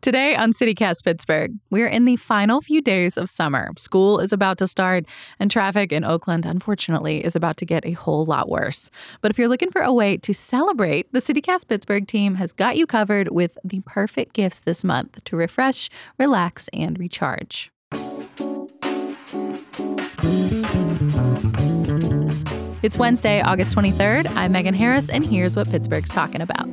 Today on CityCast Pittsburgh, we're in the final few days of summer. School is about to start, and traffic in Oakland, unfortunately, is about to get a whole lot worse. But if you're looking for a way to celebrate, the CityCast Pittsburgh team has got you covered with the perfect gifts this month to refresh, relax, and recharge. It's Wednesday, August 23rd. I'm Megan Harris, and here's what Pittsburgh's talking about.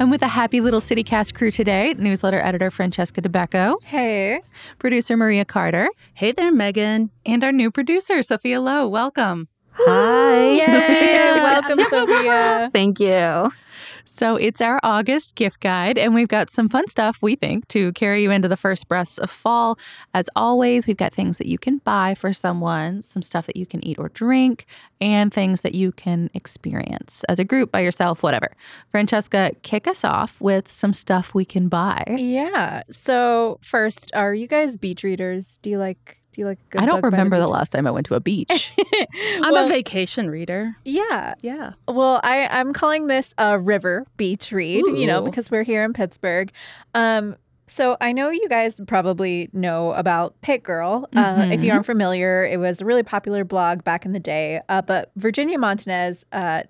I'm with a happy little CityCast crew today. Newsletter editor Francesca DeBecco. Hey. Producer Maria Carter. Hey there, Megan. And our new producer, Sophia Lowe. Welcome. Hi. Yay. Sophia. Welcome, Sophia. Thank you. So it's our August gift guide, and we've got some fun stuff, we think, to carry you into the first breaths of fall. As always, we've got things that you can buy for someone, some stuff that you can eat or drink, and things that you can experience as a group, by yourself, whatever. Francesca, kick us off with some stuff we can buy. Yeah. So first, are you guys beach readers? Do you like do you like good I don't book by remember the, beach? last time I went to a beach. I'm Well, a vacation reader. Yeah. Yeah. Well, I, I'm calling this a river beach read, you know, Ooh. because we're here in Pittsburgh. Um, so I know you guys probably know about Pit Girl. Uh, Mm-hmm. if you Mhm. aren't familiar, it was a really popular blog back in the day. Uh, but Virginia Montanez uh,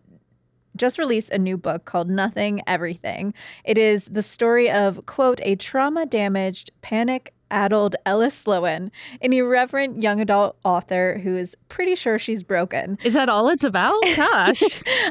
just released a new book called Nothing Everything. It is the story of, quote, a trauma damaged, panic addled Ellis Sloan, an irreverent young adult author who is pretty sure she's broken. Is that all it's about? Gosh.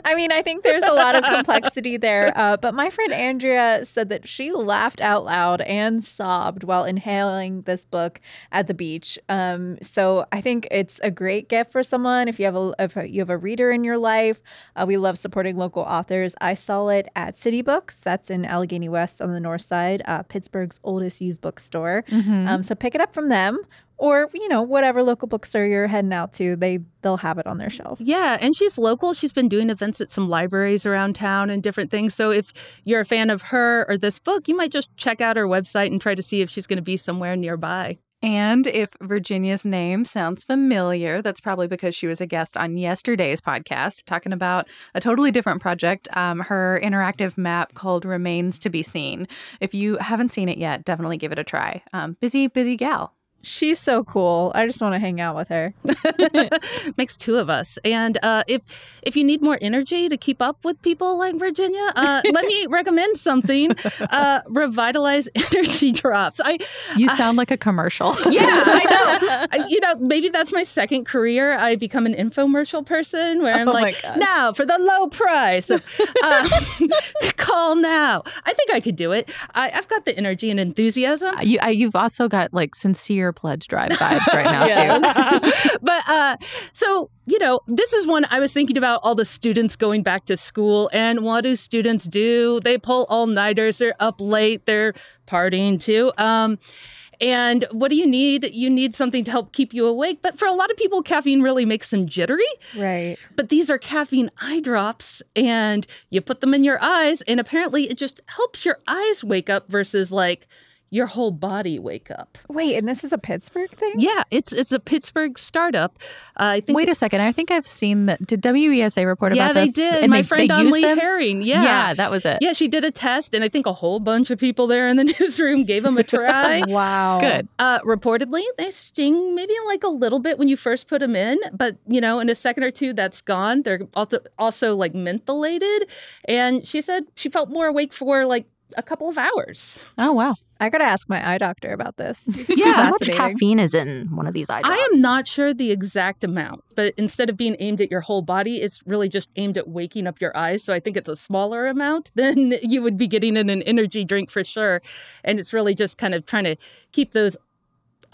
I mean, I think there's a lot of complexity there. Uh, but my friend Andrea said that she laughed out loud and sobbed while inhaling this book at the beach. Um, so I think it's a great gift for someone if you have a if you have a reader in your life. Uh, we love supporting local authors. I saw it at City Books. That's in Allegheny West on the north side, uh, Pittsburgh's oldest used bookstore. Mhm. Um, so pick it up from them. Or you know whatever local bookstore you're heading out to, they they'll have it on their shelf. yeah. And she's local. She's been doing events at some libraries around town and different things. So if you're a fan of her or this book, you might just check out her website and try to see if she's going to be somewhere nearby. And if Virginia's name sounds familiar, that's probably because she was a guest on yesterday's podcast talking about a totally different project, um, her interactive map called Remains to Be Seen. If you haven't seen it yet, definitely give it a try. Um, busy, busy gal. She's so cool. I just want to hang out with her. Makes two of us. And uh, if if you need more energy to keep up with people like Virginia, uh, let me recommend something: uh, Revitalize Energy Drops. I You sound like a commercial. yeah, I know. I- you know, maybe that's my second career. I become an infomercial person where I'm Oh my like, gosh. now for the low price of uh, call now. I think I could do it. I, I've got the energy and enthusiasm. You, I, you've also got like sincere pledge drive vibes right now, Yes. too. but uh, so you know, this is one I was thinking about all the students going back to school, and what do students do? They pull all nighters. They're up late. They're partying too. Um, and what do you need? You need something to help keep you awake. But for a lot of people, caffeine really makes them jittery. Right. But these are caffeine eye drops, and you put them in your eyes, and apparently it just helps your eyes wake up versus like your whole body wake up. Wait, and this is a Pittsburgh thing? Yeah, it's it's a Pittsburgh startup. Uh, I think Wait a second. I think I've seen that. Did WESA report yeah, about they this? did. And My they- friend they Don used Lee them? Herring. Yeah. yeah, that was it. Yeah, she did a test, and I think a whole bunch of people there in the newsroom gave them a try. Wow. Good. Uh, reportedly, they sting maybe like a little bit when you first put them in, but you know, in a second or two, that's gone. They're also, also like mentholated, and she said she felt more awake for like a couple of hours. Oh, wow. I gotta ask my eye doctor about this. Yeah. How much Fascinating. caffeine is in one of these eye I am drops? not sure the exact amount, but instead of being aimed at your whole body, it's really just aimed at waking up your eyes. So I think it's a smaller amount than you would be getting in an energy drink for sure. And it's really just kind of trying to keep those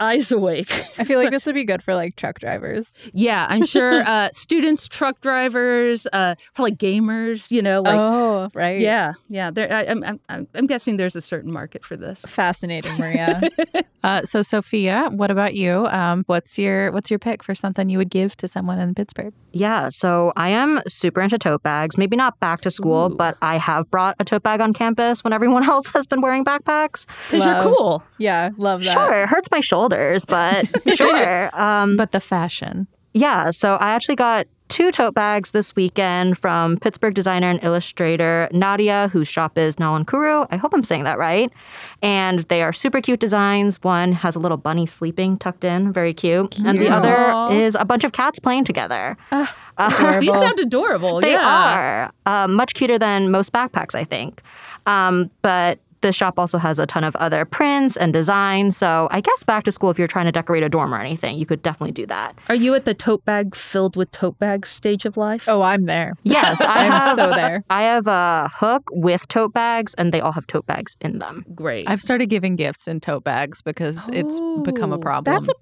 eyes awake. I feel like this would be good for like truck drivers. yeah, I'm sure uh, students, truck drivers, uh, probably gamers, you know, like. oh, right. Yeah, yeah. There, I, I'm, I'm- I'm, I'm guessing there's a certain market for this. Fascinating, Maria. Uh, so, Sophia, what about you? Um, what's your what's your pick for something you would give to someone in Pittsburgh? Yeah, so I am super into tote bags. Maybe not back to school, Ooh. but I have brought a tote bag on campus when everyone else has been wearing backpacks. Because you're Love. cool. yeah, love that. Sure, it hurts my shoulders, but sure. Um, But the fashion. Yeah, so I actually got two tote bags this weekend from Pittsburgh designer and illustrator Nadia, whose shop is Nalankuru. I hope I'm saying that right. And they are super cute designs. One has a little bunny sleeping tucked in, very cute. And the Cute. Aw. other is a bunch of cats playing together. Uh, These sound adorable. they yeah. are uh, much cuter than most backpacks, I think. Um, but this shop also has a ton of other prints and designs. So I guess back to school, if you're trying to decorate a dorm or anything, you could definitely do that. Are you at the tote bag filled with tote bags stage of life? Oh, I'm there. Yes, I I'm have so there. I have a hook with tote bags, and they all have tote bags in them. great. I've started giving gifts in tote bags because it's become a Oh, problem. That's a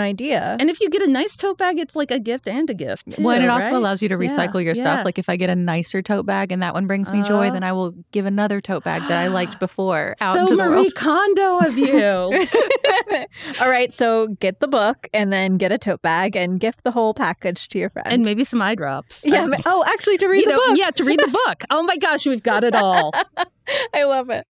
idea. and if you get a nice tote bag, it's like a gift and a gift. Too, well, and it also right? allows you to Yeah, recycle your yeah. stuff. Like if I get a nicer tote bag and that one brings me joy, Oh. then I will give another tote bag that I liked before out so into the Marie world. Kondo of you. All right, so get the book and then get a tote bag and gift the whole package to your friend. and maybe some eye drops. yeah, Um, ma- oh, actually, to read you the know, book. Yeah, to read the book. Oh my gosh, we've got it all. I love it.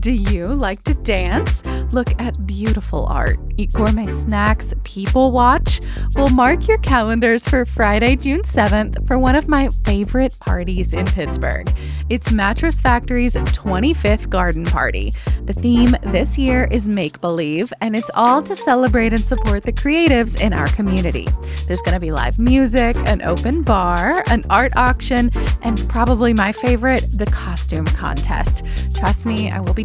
Do you like to dance? Look at beautiful art, eat gourmet snacks, people watch? Well, mark your calendars for Friday, June 7th for one of my favorite parties in Pittsburgh. It's Mattress Factory's 25th Garden Party. The theme this year is Make Believe, and it's all to celebrate and support the creatives in our community. There's going to be live music, an open bar, an art auction, and probably my favorite, the costume contest. Trust me, I will be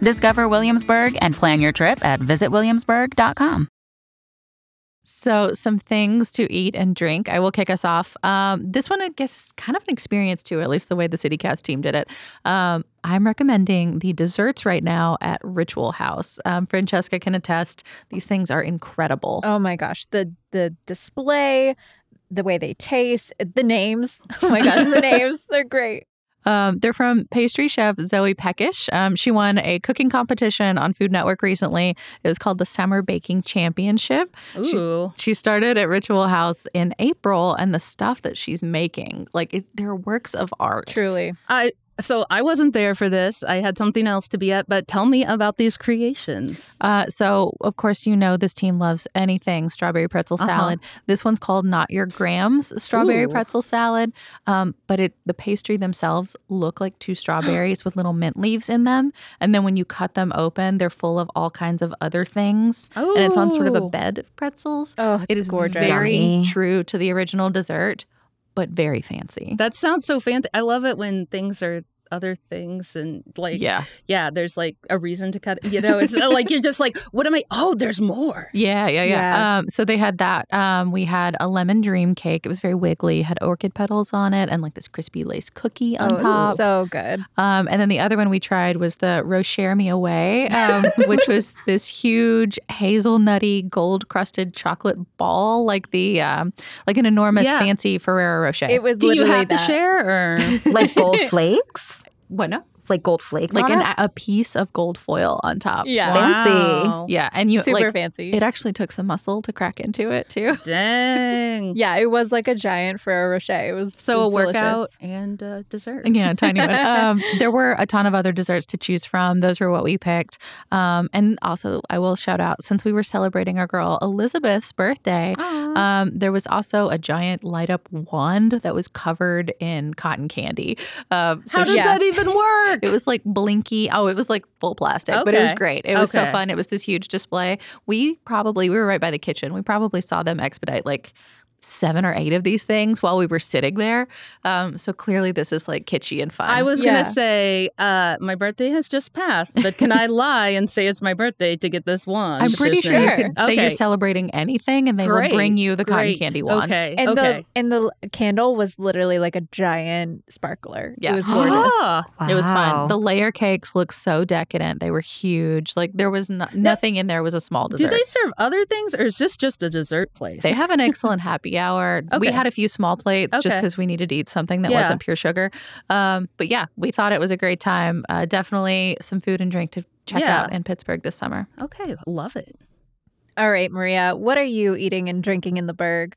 Discover Williamsburg and plan your trip at visitwilliamsburg.com. So, some things to eat and drink. I will kick us off. Um, this one, I guess, is kind of an experience too, at least the way the CityCast team did it. Um, I'm recommending the desserts right now at Ritual House. Um, Francesca can attest; these things are incredible. Oh my gosh, the the display, the way they taste, the names. Oh my gosh, the names. They're great. Um, they're from pastry chef Zoe Peckish. Um, she won a cooking competition on Food Network recently. It was called the Summer Baking Championship. Ooh. She started at Ritual House in April, and the stuff that she's making, like it, they're works of art. Truly. I so I wasn't there for this. I had something else to be at, but tell me about these creations. Uh, so, of course, you know this team loves anything strawberry pretzel Uh-huh. salad. This one's called Not Your Grams Strawberry Ooh. Pretzel Salad, um, but it the pastry themselves look like two strawberries with little mint leaves in them, and then when you cut them open, they're full of all kinds of other things, Oh. and it's on sort of a bed of pretzels. Oh, it's it is gorgeous. very Yummy. true to the original dessert, but very fancy. That sounds so fancy. I love it when things are other things and like yeah, yeah. there's like a reason to cut. You know, it's not like you're just like, what am I? Oh, there's more. Yeah, yeah, yeah. Yeah. Um, so they had that. Um, we had a lemon dream cake. It was very wiggly, had orchid petals on it and like this crispy lace cookie on Oh, top. it's so good. Um, and then the other one we tried was the Rocher Me Away, um, which was this huge hazelnutty gold crusted chocolate ball, like the um, like an enormous Yeah. fancy Ferrero Rocher. It was Do you literally have that. to share or? like gold flakes, what no? like gold flakes, Like on an, it? a piece of gold foil on top. Yeah. Fancy. Wow. yeah, and you Super like fancy. it actually took some muscle to crack into it too. Dang. yeah, it was like a giant Ferrero Rocher. It was So it a was delicious. workout and uh, dessert. Yeah, a tiny one. Um, there were a ton of other desserts to choose from. Those were what we picked. Um, and also, I will shout out since we were celebrating our girl Elizabeth's birthday, Aw. um, there was also a giant light up wand that was covered in cotton candy. Um, so How does she- Yeah. that even work? it was like blinky. Oh, it was like full plastic, but it was Okay. great. It was so Okay. fun. It was this huge display. We probably we were right by the kitchen. We probably saw them expedite like seven or eight of these things while we were sitting there. Um, so clearly, this is like kitschy and fun. I was Yeah. gonna say uh, my birthday has just passed, but can I lie and say it's my birthday to get this wand? I'm pretty sure you business? could say you're celebrating anything, and they Great, will bring you the cotton Great. candy wand. Okay, and okay. the and the candle was literally like a giant sparkler. Yeah. It was gorgeous. Ah, wow. It was fun. The layer cakes looked so decadent; they were huge. Like there was no, nothing in there was a small do dessert. they serve other things, or is this just a dessert place? They have an excellent happy hour. We Okay. had a few small plates just Okay. because we needed to eat something that Yeah. wasn't pure sugar. Um, but yeah, we thought it was a great time. Uh, definitely some food and drink to check Yeah. out in Pittsburgh this summer. okay, love it. All right, Maria, what are you eating and drinking in the Berg?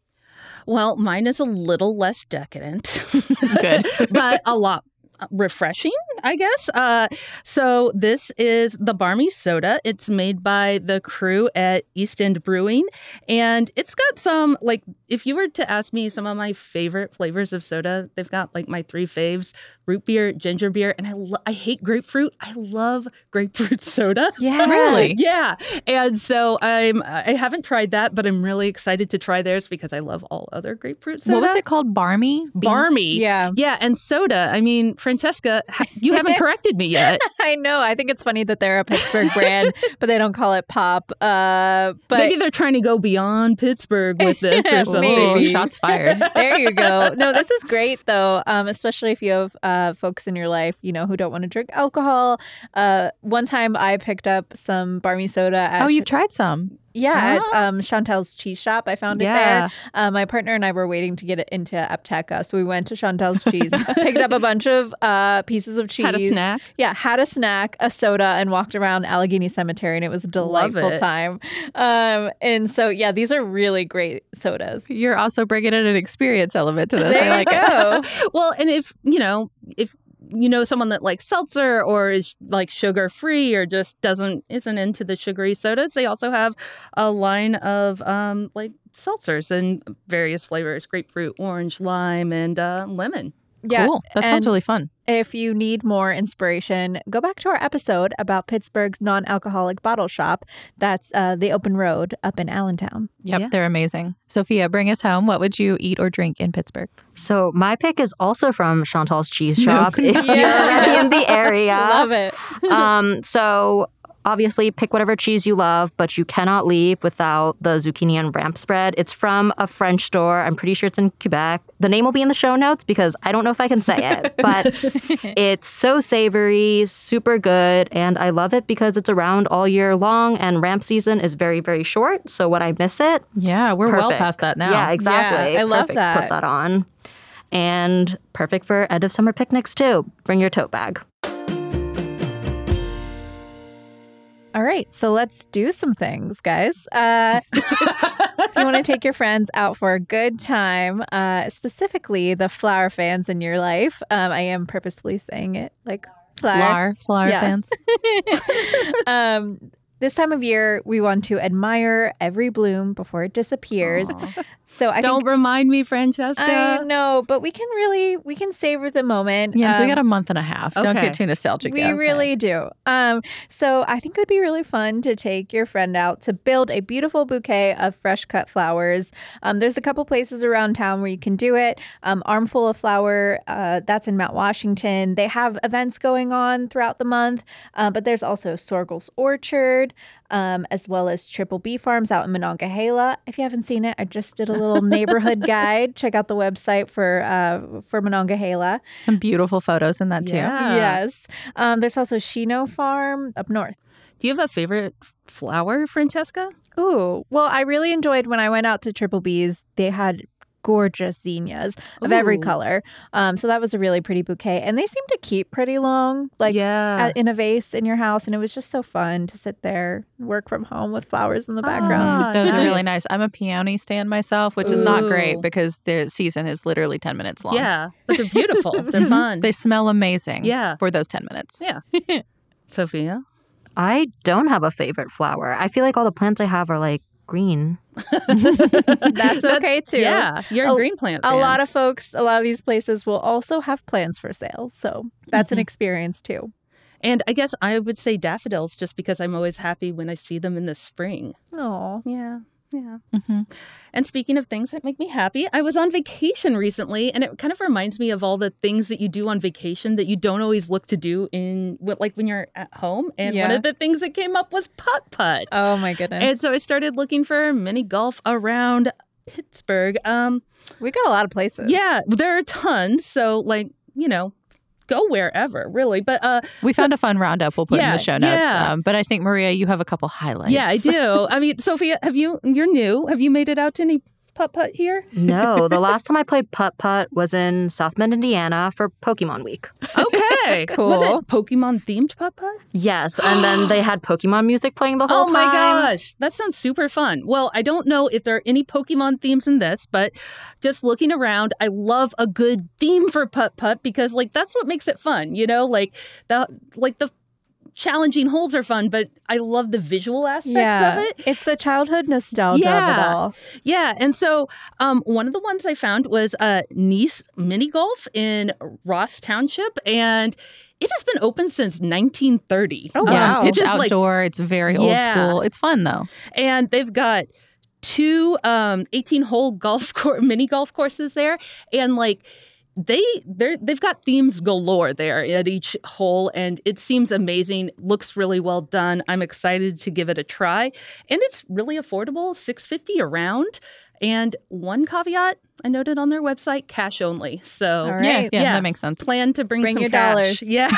Well, mine is a little less decadent. Good. but a lot uh, refreshing, I guess. Uh, so this is the Barmy Soda. It's made by the crew at East End Brewing, and it's got some like if you were to ask me some of my favorite flavors of soda, they've got like my three faves: root beer, ginger beer, and I lo- I hate grapefruit. I love grapefruit soda. Yeah. Really? Yeah. And so I'm I haven't tried that, but I'm really excited to try theirs because I love all other grapefruit soda. what was it called? Barmy? Bean- Barmy. Yeah. Yeah, and soda. I mean, Francesca, ha- you haven't corrected me yet. I know. I think it's funny that they're a Pittsburgh brand, but they don't call it pop. Uh but Maybe they're trying to go beyond Pittsburgh with this or something. Ooh, shots fired. there you go. No, this is great though. Um, especially if you have uh, folks in your life, you know, who don't want to drink alcohol. Uh, one time I picked up some barmy soda. At Oh, Ch- you've tried some. yeah, Oh. at um, Chantel's cheese shop. I found it there. Yeah. Uh, my partner and I were waiting to get it into Apteca, so we went to Chantel's cheese, picked up a bunch of uh, pieces of cheese, Had a snack. yeah, had a snack, a soda, and walked around Allegheny Cemetery, and it was a Love delightful it. time. Um, and so, yeah, these are really great sodas. You're also bringing in an experience element to this. There I like you it. go. Well, and if, you know, if you know someone that likes seltzer or is like sugar free or just doesn't isn't into the sugary sodas, they also have a line of um like seltzers and various flavors, grapefruit, orange, lime, and uh, lemon. Yeah, Cool. That sounds and- really fun. If you need more inspiration, go back to our episode about Pittsburgh's non alcoholic bottle shop. That's uh, the open road up in Allentown. Yep, Yeah. they're amazing. Sophia, bring us home. What would you eat or drink in Pittsburgh? So my pick is also from Chantal's Cheese No, Shop. no. if you're already in the area. Love it. um, so obviously pick whatever cheese you love, but you cannot leave without the zucchini and ramp spread. It's from a French store. I'm pretty sure it's in Quebec. The name will be in the show notes because I don't know if I can say it, but it's so savory, super good, and I love it because it's around all year long and ramp season is very, very short. So when I miss it, Yeah, we're well Perfect. past that now. yeah, exactly. I love perfect to that. Put that on. And perfect for end of summer picnics too. Bring your tote bag. All right, so let's do some things, guys. Uh, if you want to take your friends out for a good time, uh, specifically the flower fans in your life, um, I am purposefully saying it like Flower, flower. flower Yeah. fans. um, This time of year, we want to admire every bloom before it disappears. So I Don't think remind me, Francesca. I know, but we can really we can savor the moment. Yeah, so we Um, got a month and a half. Don't okay. get too nostalgic. we though. really do. Um, so I think it would be really fun to take your friend out to build a beautiful bouquet of fresh cut flowers. Um, there's a couple places around town where you can do it. Um, Armful of Flower, uh, that's in Mount Washington. They have events going on throughout the month, uh, but there's also Sorgel's Orchard, um, as well as Triple B Farms out in Monongahela. If you haven't seen it, I just did a little neighborhood guide. Check out the website for uh, for Monongahela. Some beautiful photos in that too. Yeah. Yes. Um, there's also Shino Farm up north. Do you have a favorite flower, Francesca? Ooh. Well, I really enjoyed when I went out to Triple B's. They had gorgeous zinnias of every Ooh. color. Um, so that was a really pretty bouquet, and they seem to keep pretty long, like yeah. at- in a vase in your house. And it was just so fun to sit there, work from home with flowers in the background. Ah, Those are really nice. nice. I'm a peony stand myself, which is not Ooh. great because their season is literally 10 minutes long. Yeah, but they're beautiful. they're Mhm. fun. They smell amazing Yeah. for those 10 minutes. Yeah. Sophia? I don't have a favorite flower. I feel like all the plants I have are like green. Ah, That's okay too. Yeah, you're a, A- green plant. A fan. lot of folks, a lot of these places will also have plants for sale. So that's an experience too. and I guess I would say daffodils just because I'm always happy when I see them in the spring. Oh, Yeah. Yeah. Mhm. And speaking of things that make me happy, I was on vacation recently and it kind of reminds me of all the things that you do on vacation that you don't always look to do in what like when you're at home. And one Yeah. of the things that came up was putt-putt. oh my goodness. and so I started looking for mini golf around Pittsburgh. Um we got a lot of places. Yeah, there are tons. So like, you know, go wherever, really. But uh We found a fun roundup we'll put in Yeah, the show notes. yeah. Um, but I think, Maria, you have a couple highlights. yeah, I do. I mean, Sophia, have you you're new. Have you made it out to any putt putt here? No, the last time I played putt putt was in South Bend, Indiana for Pokemon Week. Okay. Was Cool. it Pokemon themed putt putt? Yes, and then they had Pokemon music playing the Oh whole time. my gosh. That sounds super fun. Well, I don't know if there are any Pokemon themes in this, but just looking around, I love a good theme for putt putt because like that's what makes it fun, you know? Like the like the challenging holes are fun, but I love the visual aspects of it. It's the childhood nostalgia of it Yeah. all. Yeah, and so um, one of the ones I found was uh, Nice Mini Golf in Ross Township, and it has been open since 1930. Oh, Um, wow. It's which is, like- outdoor. it's very Yeah. old school. It's fun, though. and they've got two um 18 hole golf cour mini golf courses there and like they they're they've got themes galore there at each hole and it seems amazing looks really well done i'm excited to give it a try and it's really affordable 650 a round and one caveat i noted on their website cash only so All Yeah, right. yeah, Yeah. that makes sense. plan to bring, Bring some your cash. dollars. Yeah.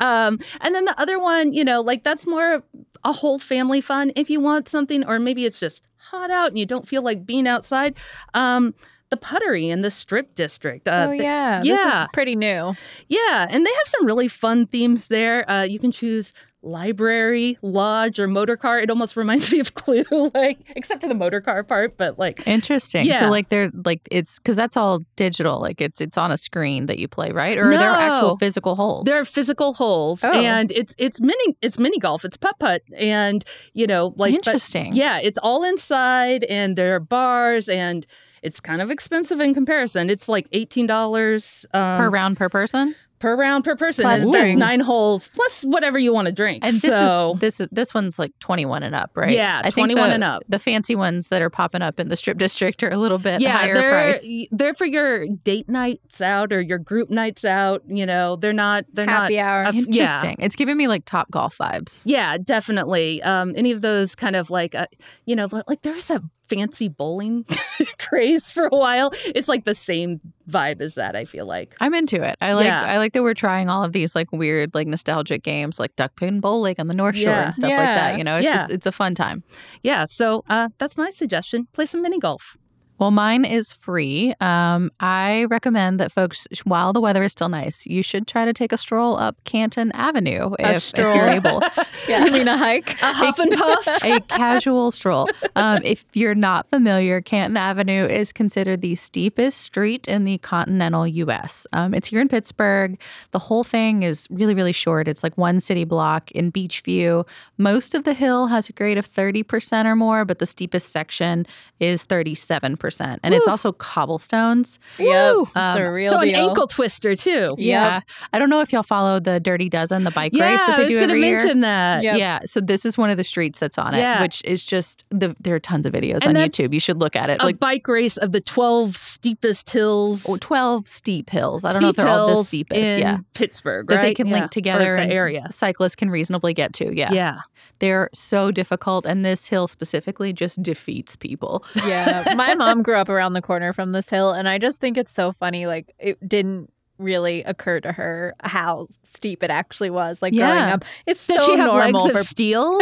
um, and then the other one, you know, like that's more of a whole family fun if you want something, or maybe it's just hot out and you don't feel like being outside. Um, the puttery in the strip district. Uh, oh th- yeah, yeah. This is pretty new. yeah, and they have some really fun themes there. Uh, you can choose library, lodge, or motor car. It almost reminds me of Clue, like except for the motor car part, but like Interesting. Yeah. So, like, they're like it's because that's all digital. Like, it's it's on a screen that you play, right? Or are there No. actual physical holes? They're physical holes, Oh. and it's it's mini it's mini golf. It's putt putt, and you know like but- interesting. yeah, it's all inside, and there are bars, and it's kind of expensive in comparison. It's like eighteen dollars um, per round per person. per round per person. Plus and there's drinks. nine holes plus whatever you want to drink. And this so is this is this one's like 21 and up, right? yeah, I think twenty one the- and up. The fancy ones that are popping up in the strip district are a little bit Yeah, higher they're price. they're for your date nights out or your group nights out. You know, they're not they're not Happy hour. a f- yeah. Interesting. It's giving me like top golf vibes. Yeah, definitely. Um, any of those kind of like, uh, you know, like there was a fancy bowling craze for a while. It's like the same vibe as that. I feel like. I'm into it. I like Yeah. I like that we're trying all of these like weird like nostalgic games like duck pin bowling on the North Shore Yeah. and stuff like Yeah. that. You know, it's Yeah. just it's a fun time. Yeah, so uh, that's my suggestion. Play some mini golf. Well, mine is free. Um, I recommend that folks, while the weather is still nice, you should try to take a stroll up Canton Avenue A if, if you're able. Yeah. You mean a hike? A huff and puff. a casual stroll. Um, if you're not familiar, Canton Avenue is considered the steepest street in the continental U.S. Um, it's here in Pittsburgh. The whole thing is really, really short. It's like one city block in Beachview. Most of the hill has a grade of 30% or more, but the steepest section is 37%. And it's also cobblestones. Yep. Woo. It's a Um, real So an deal. ankle twister too. Yep. Yeah. I don't know if y'all follow the Dirty Dozen, the bike race that they I was do gonna every year. mention that. Yep. Uh, Yeah, so this is one of the streets that's on it, Yeah. which is just the, there are tons of videos And on that's YouTube. You should look at it. A Like bike race of the twelve steepest hills. oh, twelve steep hills. I don't know if they're all the hills steepest. in Yeah, Pittsburgh, that right? they can Yeah. link together Or the and area. cyclists can reasonably get to. Yeah. yeah. they're so difficult, and this hill specifically just defeats people. yeah. My mom grew up around the corner from this hill, and I just think it's so funny. Like, it didn't really occur to her how steep it actually was. Like, growing Yeah. up, it's Does so she have normal legs for of steel?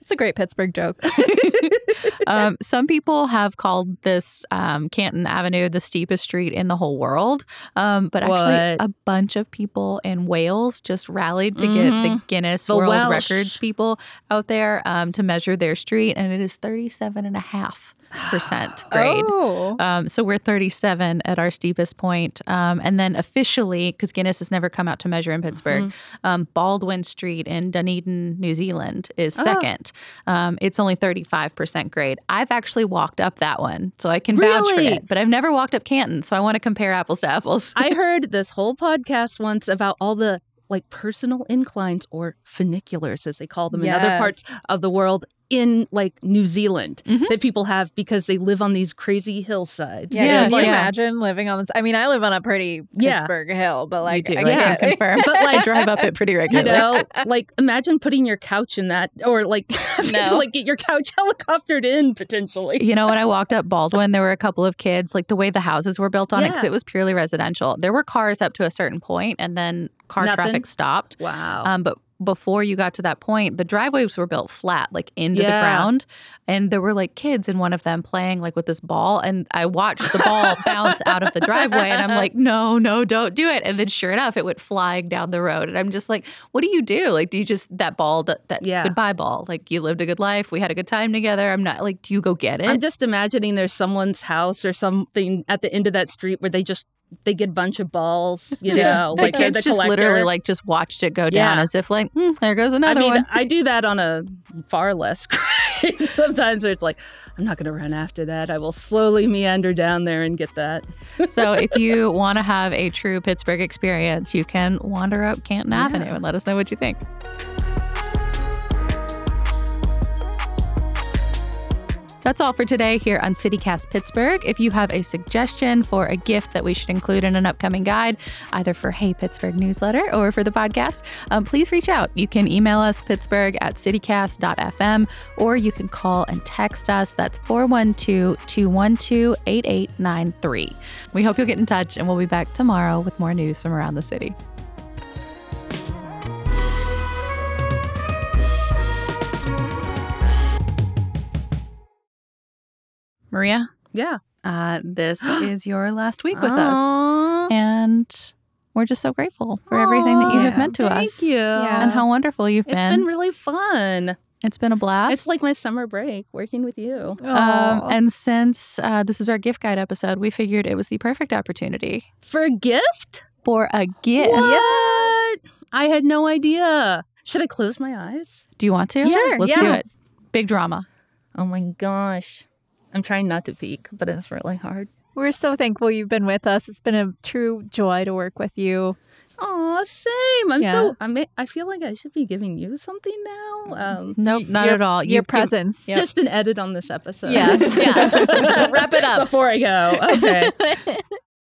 It's a great Pittsburgh joke. um, some people have called this um, Canton Avenue the steepest street in the whole world. Um, but actually, What? a bunch of people in Wales just rallied to get the Guinness Mm-hmm. The World Welsh. Records people out there um, to measure their street, and it is 37.5% grade. Oh. Um, so we're 37 at our steepest point. Um, and then officially, because Guinness has never come out to measure in Pittsburgh, Mm-hmm. um, Baldwin Street in Dunedin, New Zealand is Oh. second. Um, it's only 35% grade. I've actually walked up that one, so I can vouch for Really? it. But I've never walked up Canton, so I want to compare apples to apples. I heard this whole podcast once about all the like personal inclines or funiculars, as they call them in other Yes. parts of the world, in like New Zealand Mhm. that people have because they live on these crazy hillsides. Yeah, Yeah, can you yeah. imagine living on this? I mean, I live on a pretty Yeah. Pittsburgh hill, but like, you do. I I can can't. confirm. But, But like- like, I drive up it pretty You regularly. know, like imagine putting your couch in that, or like having to No. like get your couch helicoptered in potentially. You know, when I walked up Baldwin, there were a couple of kids, like the way the houses were built on it, 'cause it, because Yeah. it was purely residential. There were cars up to a certain point, and then car Nothing. traffic stopped. Wow. Um, but before you got to that point, the driveways were built flat, like into the Yeah. ground. And there were like kids in one of them playing like with this ball. And I watched the ball bounce out of the driveway. And I'm like, no, no, don't do it. And then sure enough, it went flying down the road. And I'm just like, what do you do? Like, do you just, that ball, that, that Yeah. goodbye ball, like you lived a good life. We had a good time together. I'm not like, do you go get it? I'm just imagining there's someone's house or something at the end of that street where they just they get a bunch of balls, you Yeah. know, the like kids the just literally collector. like just watched it go down Yeah. as if like "Hmm, there goes another I mean, one. I do that on a far less grade sometimes where it's like, I'm not going to run after that. I will slowly meander down there and get that. so if you want to have a true Pittsburgh experience, you can wander up Canton Avenue and let us know what you think. That's all for today here on CityCast Pittsburgh. If you have a suggestion for a gift that we should include in an upcoming guide, either for Hey Pittsburgh newsletter or for the podcast, um, please reach out. You can email us pittsburgh at citycast.fm or you can call and text us. That's 412 212 8893. We hope you'll get in touch and we'll be back tomorrow with more news from around the city. Maria, Yeah. uh, this is your last week with us. And we're just so grateful for everything that you have Aw, meant to Thank us. you. And how wonderful you've It's been. been really fun. It's been a blast. It's like my summer break working with you. Oh. um, Aw. and since uh, this is our gift guide episode, we figured it was the perfect opportunity For a gift? for a gift. What? I had no idea. Should I close my eyes? Do you want to? Sure, Let's do yeah. it. Big drama. Oh my gosh. I'm trying not to peek, but it's really hard. We're so thankful you've been with us. It's been a true joy to work with you. Oh, same. I'm Yeah. so I mean, I feel like I should be giving you something now. Um, Nope, y- not your- at all. Your You've given- presence. It's Just an edit on this episode. Yeah, yeah. Wrap it up. Before I go. Okay.